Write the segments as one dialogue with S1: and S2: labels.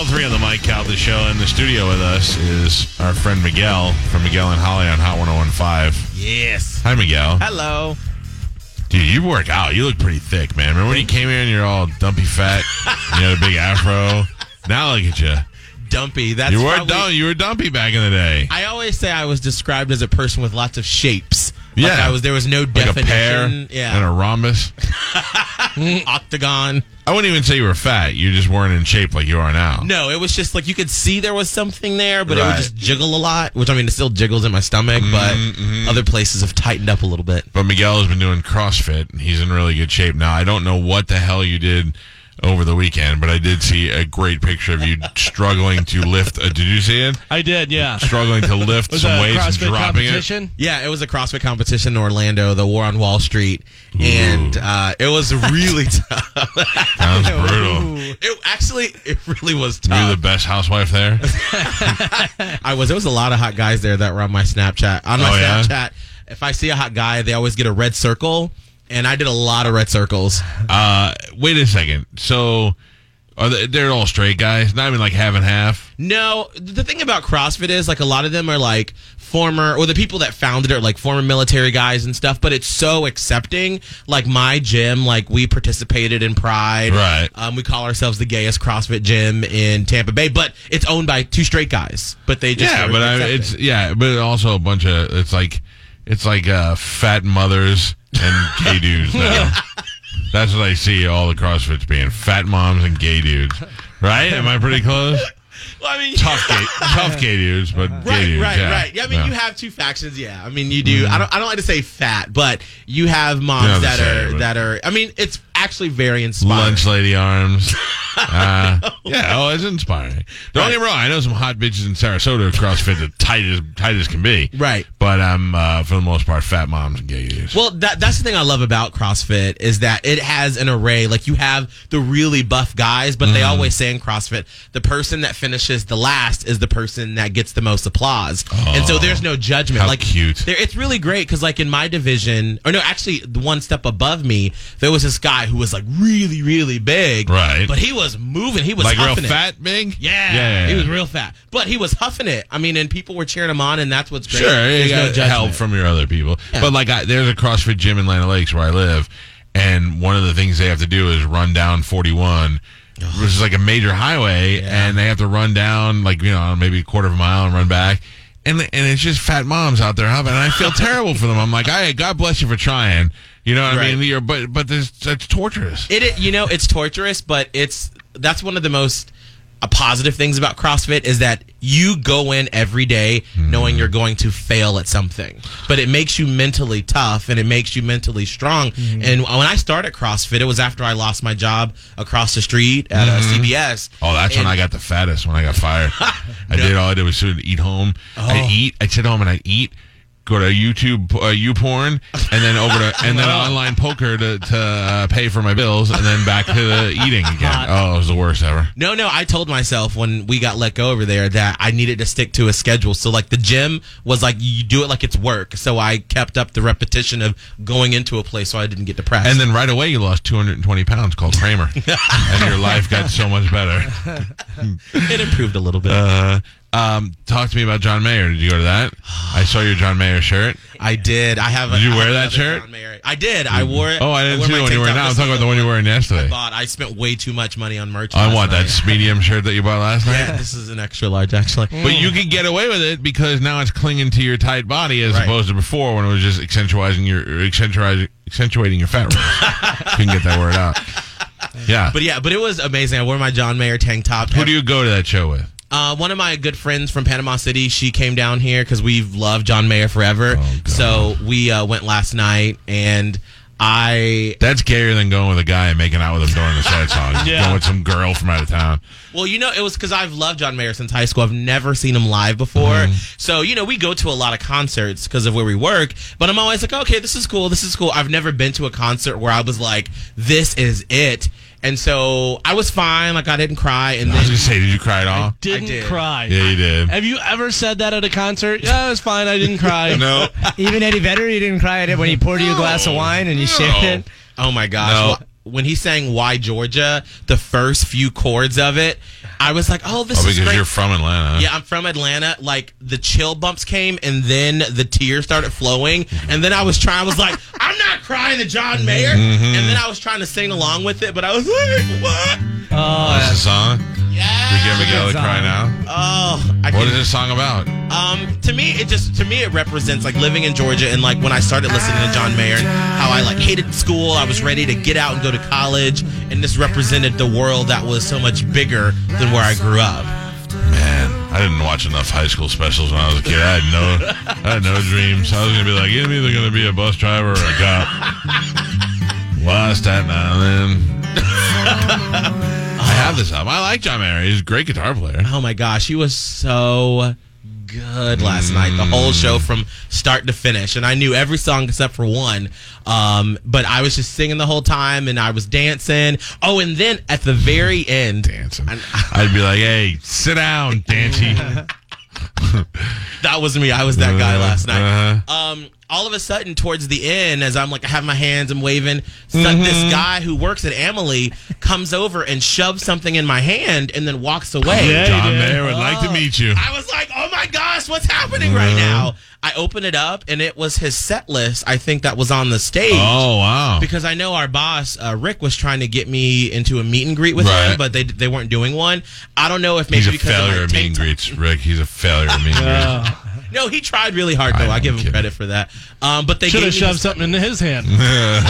S1: oh three on the Mike Calda Show. In the studio with us is our friend Miguel from Miguel and Holly on Hot 1015.
S2: Yes.
S1: Hi, Miguel.
S2: Hello.
S1: Dude, you work out. You look pretty thick, man. Remember when you came in, you're all dumpy fat. You had a big afro. Now look at you.
S2: Dumpy. That's
S1: You were
S2: probably-
S1: dumb. You were dumpy back in the day.
S2: I always say I was described as a person with lots of shapes. Like
S1: Yeah.
S2: I was. There was no
S1: Like a pear
S2: definition.
S1: and
S2: yeah. Mm,
S1: a rhombus.
S2: Octagon.
S1: I wouldn't even say you were fat. You just weren't in shape like you are now.
S2: No, it was just like you could see there was something there, but it
S1: Right. Mm-hmm,
S2: would just jiggle a lot. Which I mean, it still jiggles in my stomach, but other places have tightened up a little bit.
S1: But Miguel has been doing CrossFit and he's in really good shape now. I don't know what the hell you did over the weekend, but I did see a great picture of you struggling to lift. A, did you see it?
S3: I did, yeah.
S1: Struggling to lift
S3: Was
S1: some
S3: a
S1: weights and
S3: CrossFit
S1: dropping it.
S3: competition.
S2: Yeah, it was a CrossFit competition in Orlando, the War on Wall Street, and uh, it was really tough.
S1: Sounds brutal.
S2: It actually, it really was
S1: You're
S2: tough.
S1: the best housewife there.
S2: I was. There was a lot of hot guys there that were on my Snapchat. On my
S1: Oh, yeah?
S2: Snapchat, if I see a hot guy, they always get a red circle, and I did a lot of red circles.
S1: Uh, wait a second. So, are they, they're all straight guys? Not even like half and half.
S2: No, the thing about CrossFit is like a lot of them are like former or the people that founded it are like former military guys and stuff, but it's so accepting. Like my gym, like we participated in Pride.
S1: Right.
S2: Um, we call ourselves the gayest CrossFit gym in Tampa Bay, but it's owned by two straight guys. But they just
S1: yeah,
S2: are
S1: but I,
S2: accepting.
S1: it's yeah, but also a bunch of it's like it's like uh, fat mothers and gay dudes now. That's what I see all the CrossFits being fat moms and gay dudes. Right? Am I pretty close?
S2: Well, I mean
S1: tough gay, tough gay dudes, but gay
S2: Right,
S1: dudes.
S2: right,
S1: yeah.
S2: right. Yeah, I mean,
S1: Yeah. Mm-hmm.
S2: you have two factions. Yeah, I mean, you do. I don't. I don't like to say fat, but you have moms
S1: Yeah, I'm
S2: that
S1: sorry,
S2: are
S1: but-
S2: that are. I mean, it's actually very inspiring.
S1: lunch lady arms. Uh, yeah, oh, it's inspiring. Don't get me wrong. I know some hot bitches in Sarasota who CrossFit the tight as tight as can be.
S2: Right.
S1: But I'm uh, for the most part fat moms and gay dudes.
S2: Well, that, that's the thing I love about CrossFit is that it has an array. Like you have the really buff guys, but
S1: Mm.
S2: they always say in CrossFit, the person that finishes the last is the person that gets the most applause. and so there's no judgment.
S1: Oh. how
S2: like
S1: cute.
S2: There, it's really great because like in my division, or no, actually the one step above me, there was this guy who was like really, really big.
S1: Right.
S2: But he was moving. He was
S1: like real
S2: huffing it.
S1: fat, big.
S2: Yeah,
S1: yeah,
S2: he was real fat, but he was huffing it. I mean, and people were cheering him on, and that's what's great.
S1: Sure, you
S2: There's no
S1: got
S2: judgment.
S1: help from your other people.
S2: Yeah.
S1: But like, I, there's a CrossFit gym in Land Lakes where I live, and one of the things they have to do is run down 41, which is like a major highway, and they have to run down like you know maybe a quarter of a mile and run back. And, and it's just fat moms out there helping, and I feel terrible for them. I'm like, I God bless you for trying. You know what I
S2: Right.
S1: mean? You're, but but this that's torturous.
S2: It, it- you know it's torturous, but it's that's one of the most uh, positive things about CrossFit is that you go in every day
S1: Mm-hmm.
S2: knowing you're going to fail at something, but it makes you mentally tough and it makes you mentally strong.
S1: Mm-hmm.
S2: And when I started CrossFit, it was after I lost my job across the street at uh, CBS.
S1: Oh, that's when
S2: And-
S1: I got the fattest when I got fired. I did all I did was sit and eat home.
S2: Oh.
S1: I'd eat. I'd sit home and I'd eat. Go to YouTube, uh, you porn, and then over to and then online poker to to uh, pay for my bills, and then back to the eating again. Oh, it was the worst ever.
S2: No, no, I told myself when we got let go over there that I needed to stick to a schedule. So, like, the gym was like, you do it like it's work. So, I kept up the repetition of going into a place so I didn't get depressed.
S1: And then right away you lost 220 pounds, called Kramer, and your life got so much better.
S2: it improved a little bit.
S1: Uh, um, talk to me about John Mayer. Did you go to that? I saw your John Mayer shirt.
S2: I did. I have.
S1: Did you
S2: I have
S1: wear that
S2: another
S1: shirt?
S2: John Mayer. I did. I wore it.
S1: Oh, I didn't
S2: wore
S1: see
S2: my
S1: the one you were
S2: TikTok.
S1: now. I'm
S2: This
S1: talking
S2: is
S1: about the one you were wearing yesterday.
S2: bought. I spent way too much money on merch.
S1: I
S2: last
S1: want
S2: night.
S1: that medium shirt that you bought last night.
S2: Yeah, this is an extra large actually.
S1: But you can get away with it because now it's clinging to your tight body as
S2: Right.
S1: opposed to before when it was just accentuating your or accentuating accentuating your fat rolls. Couldn't get that word out. Yeah.
S2: But yeah, but it was amazing. I wore my John Mayer tank top.
S1: Who do you go to that show with?
S2: Uh, one of my good friends from Panama City, she came down here because we've loved John Mayer
S1: Oh,
S2: forever.
S1: God.
S2: so we uh, went last night, and I
S1: That's gayer than going with a guy and making out with him during the sad song.
S3: Yeah.
S1: Going with some girl from out of town.
S2: Well, you know, it was because I've loved John Mayer since high school. I've never seen him live before.
S1: Mm-hmm.
S2: So, you know, we go to a lot of concerts because of where we work, but I'm always like, okay, this is cool. This is cool. I've never been to a concert where I was like, this is it. And so I was fine. Like, I didn't cry. And
S1: I was
S2: then,
S1: gonna say, did you cry at all?
S3: Didn't
S2: did.
S3: cry.
S1: Yeah, you did.
S3: Have you ever said that at a concert? Yeah, it was fine. I didn't cry.
S1: No. Oh,
S4: Even Eddie Vedder, you didn't cry at it when he poured you a glass of wine and you
S1: No.
S4: shared it.
S2: oh my gosh.
S1: No.
S2: wh- When he sang Why Georgia, the first few chords of it, I was like, oh, this
S1: Oh,
S2: is
S1: because
S2: great.
S1: you're from Atlanta.
S2: yeah, I'm from Atlanta. Like the chill bumps came, and then the tears started flowing, and then I was trying. I was like, I'm not crying to
S1: Mm-hmm.
S2: John Mayer, and then I was trying to sing along with it, but I was like, what?
S4: Oh,
S1: That's the song.
S2: Yeah.
S1: You give Miguel a cry now.
S2: Oh,
S1: What
S2: I can
S1: is this song about?
S2: Um, to me, it just to me it represents like living in Georgia and like when I started listening to John Mayer and how I like hated school. I was ready to get out and go to college, and this represented the world that was so much bigger than where I grew up.
S1: Man, I didn't watch enough high school specials when I was a kid. I had no, I had no dreams. I was gonna be like, I'm either gonna be a bus driver or a cop. Why Staten Island? I have this album. I like John Mayer. He's a great guitar player.
S2: Oh my gosh, he was so good last night. The whole show from start to finish, and I knew every song except for one. Um, but I was just singing the whole time, and I was dancing. Oh, and then at the very end,
S1: Dancing. I'd be like, hey, sit down, Dancy.
S2: that was me. I was that guy
S1: Uh,
S2: last night.
S1: uh-huh.
S2: Um, all of a sudden, towards the end, as I'm like, I have my hands, I'm waving. so- This guy who works at Emily comes over and shoves something in my hand and then walks away.
S3: Yeah,
S1: John
S3: did.
S1: Mayer would like
S2: Oh.
S1: to meet you.
S2: I was like, oh my gosh, what's happening right now? I open it up and it was his set list. I think that was on the stage.
S1: Oh wow.
S2: Because I know our boss uh, Rick was trying to get me into a meet and greet with
S1: Right.
S2: him, but they they weren't doing one. I don't know if maybe
S1: He's a
S2: because of my
S1: failure at meet
S2: tank
S1: and
S2: top-
S1: greets, Rick. He's a failure at meet and greets.
S3: Uh,
S2: No, he tried really hard though.
S1: I'm
S2: I, give him
S1: kidding.
S2: credit for that. Um, but they
S3: Should
S2: gave
S3: have
S2: me
S3: shoved
S2: his-
S3: something into his hand. See what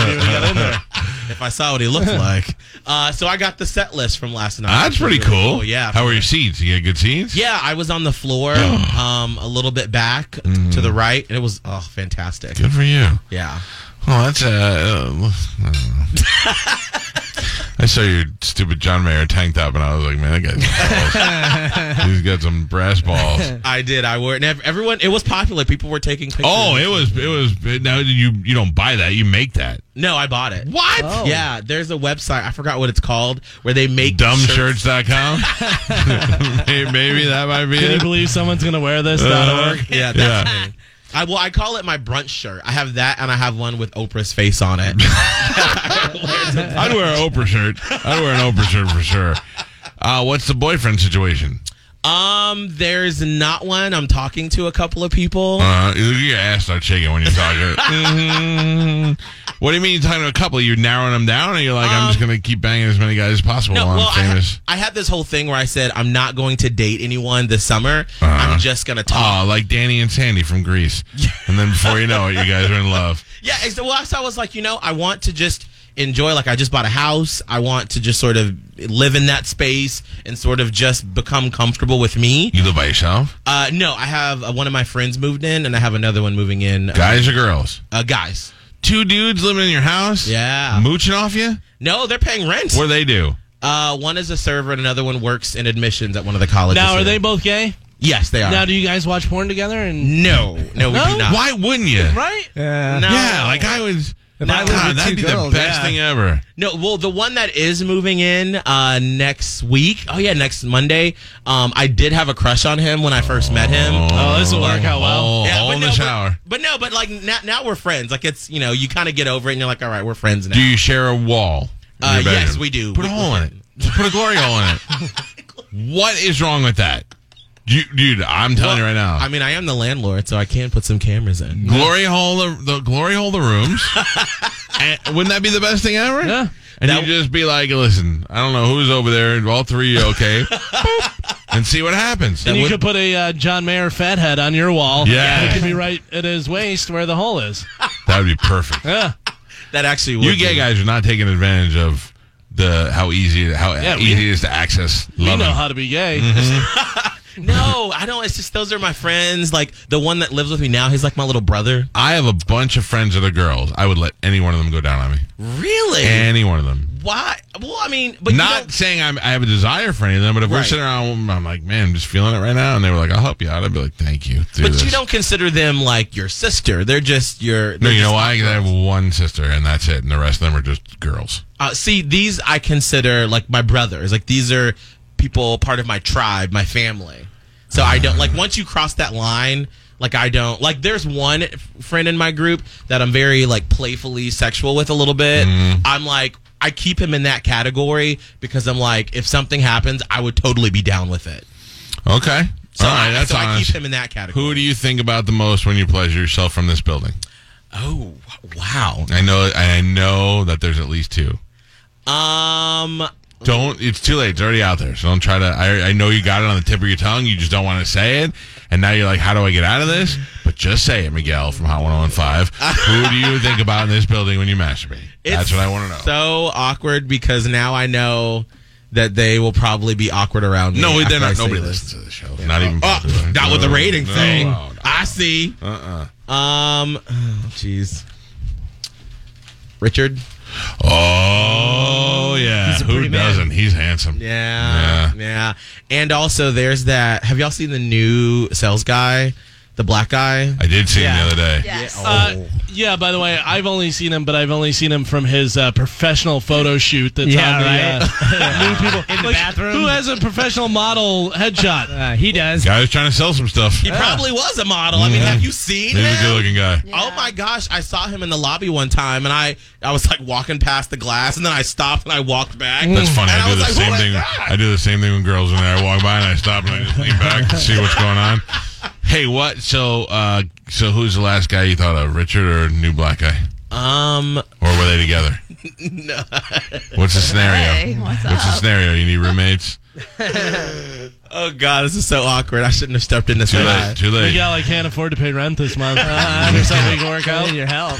S3: he got in there.
S2: if I saw what he looked like. Uh, so I got the set list from last night.
S1: That's
S2: which was
S1: pretty
S2: really
S1: cool.
S2: Yeah.
S1: How were your seats? You get good seats?
S2: yeah, I was on the floor, um, a little bit back
S1: Mm-hmm.
S2: to the right, and it was oh fantastic.
S1: Good for you.
S2: Yeah.
S1: Well, that's uh, uh. I don't know. I saw your stupid John Mayer tank top, and I was like, man, that guy's got balls. He's got some brass balls.
S2: I did. I wore it. And ev- everyone, it was popular. People were taking pictures.
S1: Oh, it was, it was. Now you you don't buy that, you make that.
S2: no, I bought it.
S1: What?
S4: Oh.
S2: Yeah, there's a website. I forgot what it's called where they make shirts.
S1: Dumbshirts.com. Hey, Maybe that might be
S3: Can you
S1: it.
S3: believe someone's gonna wear this?
S1: Uh,
S3: That'll work.
S2: Yeah, that's me. I well, I call it my brunch shirt. I have that, and I have one with Oprah's face on it.
S1: I'd wear an Oprah shirt. I'd wear an Oprah shirt for sure. Uh, what's the boyfriend situation?
S2: um, there's not one. I'm talking to a couple of people.
S1: Uh, your ass start shaking when you're talking.
S2: Mm-hmm.
S1: Mhm. What do you mean you're talking to a couple? You're narrowing them down, or you're like, I'm just
S2: Um,
S1: gonna keep banging as many guys as possible
S2: No,
S1: while
S2: well,
S1: I'm famous?
S2: I, ha- I had this whole thing where I said I'm not going to date anyone this summer.
S1: Uh-huh.
S2: I'm just gonna talk.
S1: Oh, like Danny and Sandy from Greece. and then before you know it, you guys are in love.
S2: yeah, ex- well, so I was like, you know, I want to just enjoy. Like, I just bought a house. I want to just sort of live in that space and sort of just become comfortable with me.
S1: You live by yourself?
S2: Uh, no, I have uh, one of my friends moved in, and I have another one moving in. Uh,
S1: Guys or girls?
S2: uh, guys,
S1: Two dudes living in your house?
S2: Yeah.
S1: Mooching off you?
S2: no, they're paying rent.
S1: What do they do?
S2: Uh, one is a server, and another one works in admissions at one of the colleges.
S3: Now, are
S2: here.
S3: they both gay?
S2: Yes,
S1: Uh,
S2: they are.
S3: Now, do you guys watch porn together? And
S2: no, no, we
S3: No?
S2: do not.
S1: Why wouldn't you?
S3: right?
S4: yeah.
S2: No.
S1: Yeah, like I was.
S4: If I lived
S1: God,
S4: with
S1: that'd
S4: two
S1: be
S4: girls,
S1: the best
S4: yeah.
S1: thing ever.
S2: No, well, the one that is moving in uh, next week. Oh yeah, next Monday. Um, I did have a crush on him when I first met him.
S3: Oh, this will work out well.
S1: Oh,
S2: Yeah,
S1: all
S2: but
S1: in
S2: no,
S1: the
S2: but-
S1: shower.
S2: But, no, but like now, now we're friends. Like it's you know you kind of get over it and you're like, all right, we're friends now.
S1: Do you share a wall? in
S2: Uh,
S1: your bedroom?
S2: yes, we do.
S1: Put a
S2: We-
S1: hole in it. Just put a glory hole in it. What is wrong with that, you, dude? I'm telling you right now.
S2: I mean, I am the landlord, so I can put some cameras in.
S1: glory hole the, the glory hole the rooms. and, wouldn't that be the best thing ever?
S3: Yeah.
S1: And
S2: That-
S1: you just be like, listen, I don't know who's over there. All three, of you okay? Boop. and see what happens.
S3: And you
S2: would-
S3: could put a uh, John Mayer fat head on your wall.
S1: Yeah.
S3: And it could be right at his waist where the hole is.
S1: That would be perfect.
S3: Yeah.
S2: That actually would
S1: You gay
S2: be-
S1: guys are not taking advantage of the how easy how
S3: Yeah, we-
S1: easy it is to access
S3: You
S1: love.
S3: know how to be gay.
S1: Mm-hmm.
S2: No, I don't. It's just those are my friends. Like the one that lives with me now, he's like my little brother.
S1: I have a bunch of friends that are girls. I would let any one of them go down on me.
S2: Really?
S1: Any one of them.
S2: Why? Well, I mean, but you
S1: Not
S2: don't-
S1: saying I'm, I have a desire for any of them, but if we're
S2: Right.
S1: sitting around, I'm like, man, I'm just feeling it right now. And they were like, I'll help you out. I'd be like, thank you. Do
S2: but you
S1: this.
S2: don't consider them like your sister. They're just your.
S1: No,
S2: they're
S1: you know
S2: just-
S1: why? 'Cause I have one sister, and that's it. And the rest of them are just girls.
S2: Uh, see, these I consider like my brothers. Like these are people part of my tribe, my family. So I don't like once you cross that line. Like I don't like. There's one
S1: Mm-hmm.
S2: f- friend in my group that I'm very like playfully sexual with a little bit. I'm like, I keep him in that category because I'm like, if something happens, I would totally be down with it.
S1: Okay.
S2: So,
S1: All right.
S2: I,
S1: That's
S2: so I
S1: honest.
S2: keep him in that category.
S1: Who do you think about the most when you pleasure yourself from this building?
S2: Oh wow.
S1: I know. I know that there's at least two.
S2: Um.
S1: Don't. It's too late. It's already out there. So don't try to. I, I know you got it on the tip of your tongue. You just don't want to say it. And now you're like, how do I get out of this? But just say it, Miguel from Hot 101.5. Who do you think about in this building when you masturbate? That's
S2: It's
S1: what I want to know.
S2: So awkward because now I know that they will probably be awkward around me.
S1: no,
S2: after
S1: they're
S2: I
S1: not.
S2: say
S1: Nobody
S2: this.
S1: listens to the show. Not even.
S2: Oh, not with the rating thing. I see.
S1: Uh uh
S2: Um, oh, jeez. Richard.
S1: Oh yeah.
S4: He's a
S1: Who
S4: pretty man.
S1: doesn't? He's handsome.
S2: Yeah, yeah. And also, there's that. Have y'all seen the new sales guy, the black guy?
S1: I did see
S3: Yeah.
S1: him the other day.
S5: Yes.
S3: Uh, yeah, by the way, I've only seen him, but I've only seen him from his uh, professional photo shoot that's
S4: Yeah,
S3: on the
S4: right.
S3: uh, new people. In
S4: the bathroom?
S3: Who has a professional model headshot?
S4: Uh, he does.
S1: Guy was trying to sell some stuff.
S2: He probably was a model. I mean, have you seen
S1: He's a
S2: him?
S1: good looking guy.
S2: Oh my gosh! I saw him in the lobby one time, and I I was like walking past the glass, and then I stopped and I walked back.
S1: That's funny.
S2: And
S1: Mm. I, do the
S2: was like,
S1: same
S2: "Who is
S1: thing.
S2: that?"
S1: I do the same thing when girls in there. I walk by and I stop and I just lean back to see what's going on. Hey, what? So, uh, so who's the last guy you thought of? Richard or new black guy?
S2: Um,
S1: Or were they together? What's the scenario?
S5: Hey, what's
S1: what's the
S5: up?
S1: scenario? You need roommates?
S2: oh god, this is so awkward. I shouldn't have stepped in this
S1: Too
S2: way.
S1: late. Too late.
S3: Miguel, I can't afford to pay rent this month. Uh, there's something to work out.
S4: I need your help.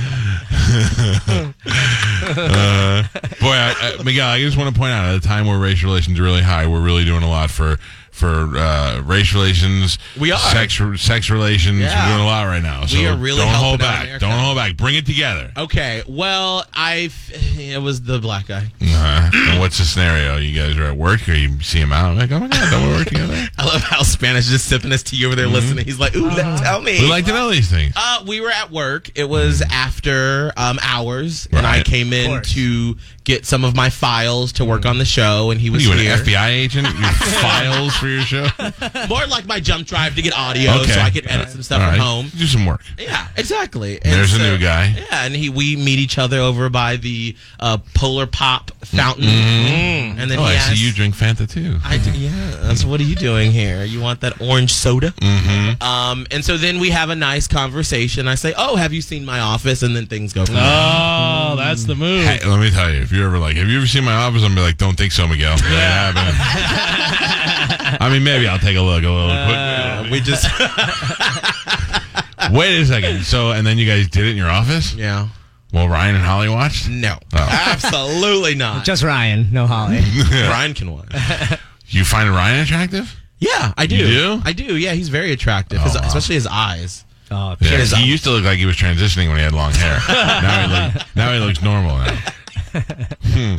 S1: Uh, boy, I, I, Miguel, I just want to point out at a time where race relations are really high, we're really doing a lot for for uh, race relations.
S2: We are.
S1: sex sex relations.
S2: Yeah.
S1: We're doing a lot right now. So
S2: are really
S1: don't
S2: helping
S1: hold
S2: out
S1: back.
S2: America.
S1: Don't hold back. Bring it together.
S2: Okay, well, I it was the black guy.
S1: Uh-huh. And what's the scenario? You guys are at work, or you see him out? Like, oh my god, don't we work together?
S2: I love how Spanish is just sipping his tea over there listening. He's like, "Ooh, let- tell me."
S1: Mm-hmm. We like to know these things.
S2: uh, we were at work. It was after um, hours, and I
S1: Right.
S2: came in
S4: course.
S2: to get some of my files to work on the show, and he
S1: What
S2: was
S1: are Mm. you
S2: here.
S1: an FBI agent? Your files for your show?
S2: More like my jump drive to get audio, so I could edit some stuff
S1: All
S2: at
S1: right.
S2: home.
S1: Do some work.
S2: Yeah, exactly. And
S1: There's a
S2: so-
S1: new guy.
S2: Yeah, and he we meet each other over by the uh, Polar Pop fountain, Mm-hmm. and then
S1: Oh,
S2: he
S1: I
S2: asks,
S1: see you drink Fanta too.
S2: I do, yeah. That's what are you doing here? You want that orange soda? Mm-hmm. Um, and so then we have a nice conversation. I say, "Oh, have you seen my office?" And then things go from there.
S3: Oh, that's the move.
S1: Hey, let me tell you, if you're ever like, have you ever seen my office? I'm be like, don't think so, Miguel. It ain't happening. I mean, maybe I'll take a look a little quick.
S2: We just
S1: Wait a second. So, and then you guys did it in your office?
S2: yeah.
S1: Well, Ryan and Holly watched.
S2: No,
S1: Oh.
S2: absolutely not.
S4: Just Ryan, no Holly.
S2: Brian can watch.
S1: You find Ryan attractive?
S2: Yeah, I do.
S1: You do? Oh,
S2: I do. Yeah, he's very attractive, his,
S1: wow.
S2: especially his eyes.
S4: Oh,
S1: Yeah,
S2: Here's-
S1: he used to look like he was transitioning when he had long hair. now he look, now he looks normal now. Hmm.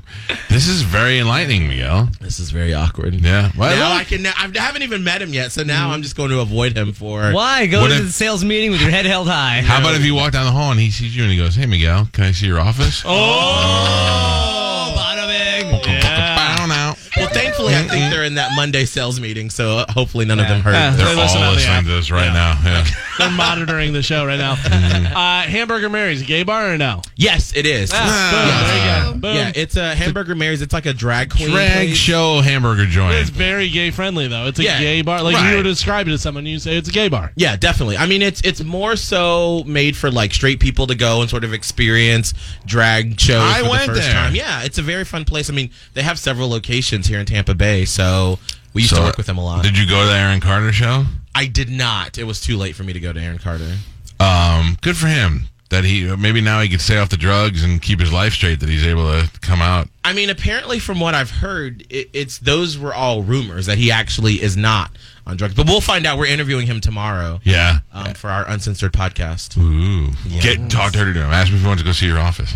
S1: This is very enlightening, Miguel.
S2: This is very awkward.
S1: Yeah. Well,
S2: Now
S1: look,
S2: I can. I haven't even met him yet, so
S1: Mm-hmm.
S2: now I'm just going to avoid him for.
S4: Why go
S1: What
S4: to
S1: if-
S4: the sales meeting with your head held high?
S1: how about if you walk down the hall and he sees you and he goes, "Hey, Miguel, can I see your office?" Oh,
S4: Oh, bottoming.
S3: Yeah.
S1: I don't know.
S2: Well, thankfully, I think they're in that Monday sales meeting, so uh, hopefully none of them heard.
S3: Yeah.
S1: They're
S3: They listen
S1: all
S3: on the app.
S1: listening to this right now. Yeah.
S3: They're monitoring the show right now. Uh, Hamburger Mary's a gay bar or no?
S2: Yes, it is.
S1: Ah. Uh,
S3: Boom, Oh, there you go. Boom.
S2: Yeah, it's a hamburger Mary's. It's like a drag queen.
S1: drag
S2: place.
S1: show hamburger
S3: It's
S1: joint.
S3: very gay friendly though. It's a
S2: Yeah.
S3: gay bar. Like
S1: Right.
S3: you would describe it to someone, you say it's a gay bar.
S2: Yeah, definitely. I mean, it's it's more so made for like straight people to go and sort of experience drag shows.
S1: I
S2: for the
S1: went
S2: first
S1: there.
S2: Time. Yeah, it's a very fun place. I mean, they have several locations here in Tampa Bay, so we used
S1: So,
S2: to work with them a lot.
S1: Did you go to the Aaron Carter show?
S2: I did not. It was too late for me to go to Aaron Carter.
S1: Um, good for him that he maybe now he can stay off the drugs and keep his life straight. That he's able to come out.
S2: I mean, apparently, from what I've heard, it, it's those were all rumors that he actually is not on drugs. But we'll find out. We're interviewing him tomorrow
S1: Yeah.
S2: um, for our uncensored podcast.
S1: Ooh. Get talk dirty to him. Ask me if he wants to go see your office.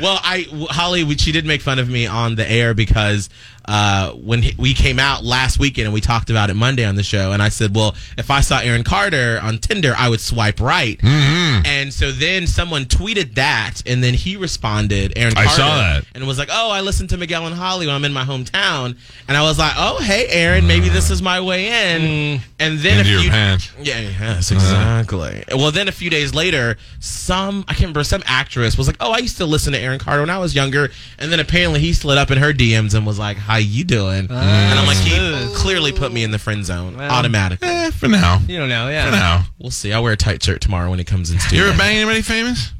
S2: Well, I w- Holly, we- she did make fun of me on the air because uh, when he, we came out last weekend and we talked about it Monday on the show, and I said, well, if I saw Aaron Carter on Tinder, I would swipe right.
S1: Mm-hmm.
S2: And so then someone tweeted that, and then he responded, Aaron
S1: I
S2: Carter,
S1: saw that.
S2: and was like, oh, I listen to Miguel and Holly when I'm in my hometown, and I was like, oh, hey, Aaron, maybe this is my way in. And then
S1: Into Ah.
S2: if
S1: Mm. your
S2: you
S1: pants.
S2: yeah,
S1: Uh-huh.
S2: yes, exactly. well, then a few days later, some I can't remember some actress was like, "Oh, I used to listen to Aaron Carter when I was younger," and then apparently he slid up in her DMs and was like, "How you doing?"
S1: Uh,
S2: and I'm like, "He clearly put me in the friend zone
S4: Well.
S2: automatically."
S1: Eh, for now.
S4: You don't know, yeah.
S1: For now.
S2: We'll see. I'll wear a tight shirt tomorrow when he comes in
S1: You
S2: studio.
S1: ever bang anybody famous?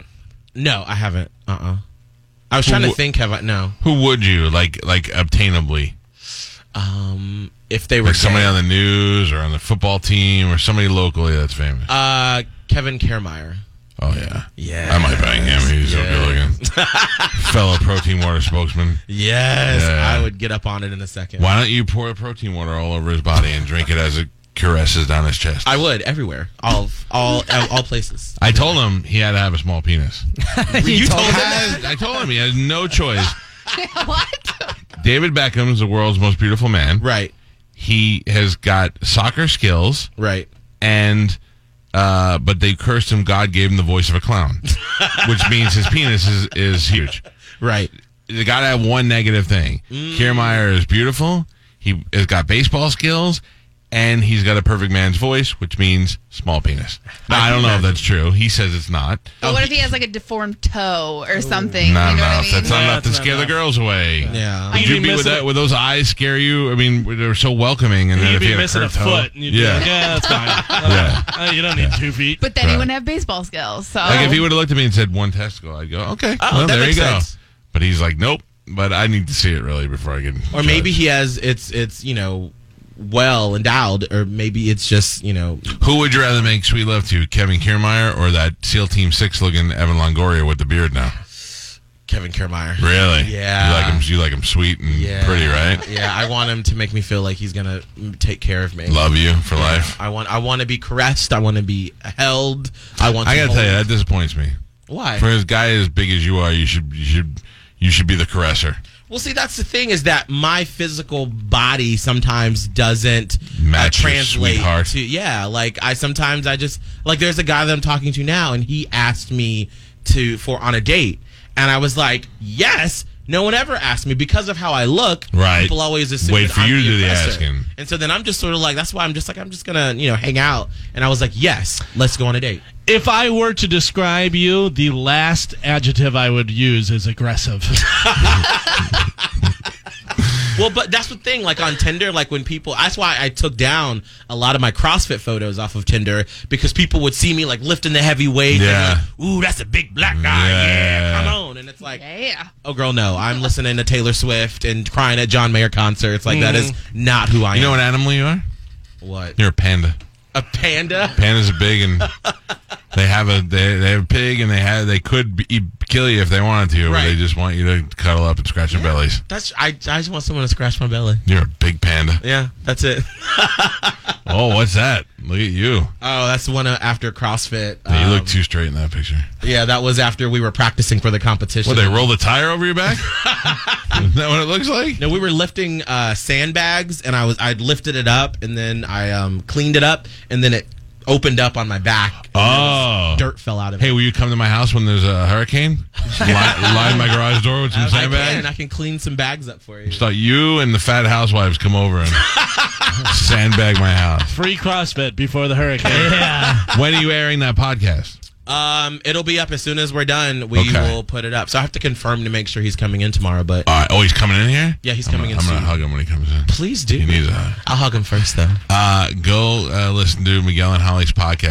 S2: No, I haven't. Uh uh I was trying to
S1: Wh-
S2: think. Have I no?
S1: Who would you like? Like obtainably,
S2: Um, if they were
S1: like somebody
S2: gay.
S1: on the news or on the football team or somebody locally that's famous.
S2: uh Kevin Kiermaier.
S1: oh yeah,
S2: Yeah.
S1: I might bang him. He's so good looking. Fellow protein water spokesman.
S2: Yes,
S1: Yeah.
S2: I would get up on it in a second.
S1: Why don't you pour protein water all over his body and drink it as it caresses down his chest?
S2: I would everywhere, all all all places.
S1: I told him he had to have a small penis.
S4: you
S2: told him
S1: Has- I told him he has no choice.
S5: Oh.
S1: what? David Beckham is the world's most beautiful man.
S2: Right,
S1: He has got soccer skills,
S2: right.
S1: and uh, but they cursed him. God gave him the voice of a clown, which means his penis is, is huge.
S2: Right.
S1: They got to have one negative thing.
S3: Mm.
S1: Kiermaier is beautiful. He has got baseball skills, and he's got a perfect man's voice, which means small penis. Now, I, don't know if that's true. He says it's not.
S5: But what if he has like a deformed toe or something?
S1: Not
S5: you know
S1: enough.
S5: what I
S1: That's
S5: mean?
S1: not
S3: Yeah,
S1: enough to
S3: that's not
S1: scare the
S3: enough.
S1: girls away.
S2: Yeah.
S1: Would
S3: You'd
S1: you
S3: be
S1: be with
S3: missing
S1: that?
S3: a-
S1: Would those eyes scare you? I mean, they're so welcoming, and then
S3: You'd
S1: if you
S3: be
S1: had
S3: missing a,
S1: curved toe-
S3: foot. And you'd yeah.
S1: yeah.
S3: Be like, yeah, that's fine.
S1: Yeah.
S3: Uh, uh, you don't need two feet.
S5: But then
S1: Right.
S5: he wouldn't have baseball skills. So
S1: Like if
S3: "Oh."
S1: he would have looked at me and said one testicle, I'd go, okay,
S2: Oh,
S1: well,
S2: that
S1: there you
S2: makes
S1: go.
S2: sense.
S1: But he's like, nope. But I need to see it really before I can.
S2: Or maybe he has it's it's you know well endowed, or maybe it's just you know
S1: who would you rather make sweet love to, Kevin Kiermeyer or that SEAL Team Six looking Evan Longoria with the beard now?
S2: Kevin Kiermaier.
S1: Really?
S2: Yeah.
S1: You like him? You like him sweet and
S2: Yeah.
S1: pretty, right?
S2: Yeah, I want him to make me feel like he's gonna mm, take care of me.
S1: Love you for life.
S2: I want I want to be caressed. I want to be held. I want.
S1: I
S2: some
S1: gotta tell you,
S2: hold.
S1: that disappoints me.
S2: why?
S1: For a guy as big as you are, you should you should you should be the caresser.
S2: Well, see, that's the thing is that my physical body sometimes doesn't uh,
S1: Match your
S2: translate
S1: sweetheart.
S2: to yeah. Like I sometimes I just like there's a guy that I'm talking to now, and he asked me to for on a date, and I was like, yes. No one ever asked me because of how I look.
S1: Right.
S2: People always assume
S1: Wait
S2: that
S1: for
S2: I'm
S1: you to
S2: the
S1: do the
S2: aggressor.
S1: asking.
S2: And so then I'm just sort of like, that's why I'm just like, I'm just gonna you know hang out. And I was like, yes, let's go on a date.
S3: If I were to describe you, the last adjective I would use is aggressive.
S2: Well, but that's the thing. Like on Tinder, like when people, that's why I took down a lot of my CrossFit photos off of Tinder because people would see me like lifting the heavy weight.
S1: Yeah.
S2: And be like, Ooh, that's a big black guy. Yeah.
S1: Yeah.
S2: Come on. And it's like,
S5: yeah.
S2: oh, girl, no. I'm listening to Taylor Swift and crying at John Mayer concerts. Like that is not who I
S1: Mm. You know
S2: am.
S1: what animal you are?
S2: what?
S1: You're a panda.
S2: A panda?
S1: Pandas are big, and they have a they, they have a pig, and they have they could be, eat- kill you if they wanted to, but they
S2: Right.
S1: just want you to cuddle up and scratch their bellies.
S2: That's I. I just want someone to scratch my belly.
S1: You're a big panda.
S2: Yeah, that's it.
S1: Oh, what's that? Look at you.
S2: Oh, that's the one uh, after CrossFit.
S1: Yeah, you
S2: um,
S1: look too straight in that picture.
S2: yeah, that was after we were practicing for the competition.
S1: What they roll the tire over your back? Isn't that what it looks like?
S2: No, we were lifting uh, sandbags, and I was I lifted it up, and then I um, cleaned it up, and then it opened up on my back.
S1: Oh.
S2: Dirt fell out of
S1: Hey,
S2: it.
S1: will you come to my house when there's a hurricane? Just li- line my garage door with some
S2: I can. I
S1: sandbags.
S2: can clean some bags up for you.
S1: Just thought you and the fat housewives come over and sandbag my house.
S3: Free CrossFit before the hurricane.
S1: When are you airing that podcast?
S2: Um, it'll be up as soon as we're done. We
S1: Okay.
S2: will put it up. So I have to confirm to make sure he's coming in tomorrow. But
S1: All right. Oh, he's coming in here.
S2: Yeah, he's
S1: I'm
S2: coming
S1: gonna, I'm
S2: in
S1: gonna
S2: soon.
S1: hug him when he comes in.
S2: please do.
S1: He needs a hug.
S2: I'll hug him first, though.
S1: Uh, go uh, listen to Miguel and Holly's podcast.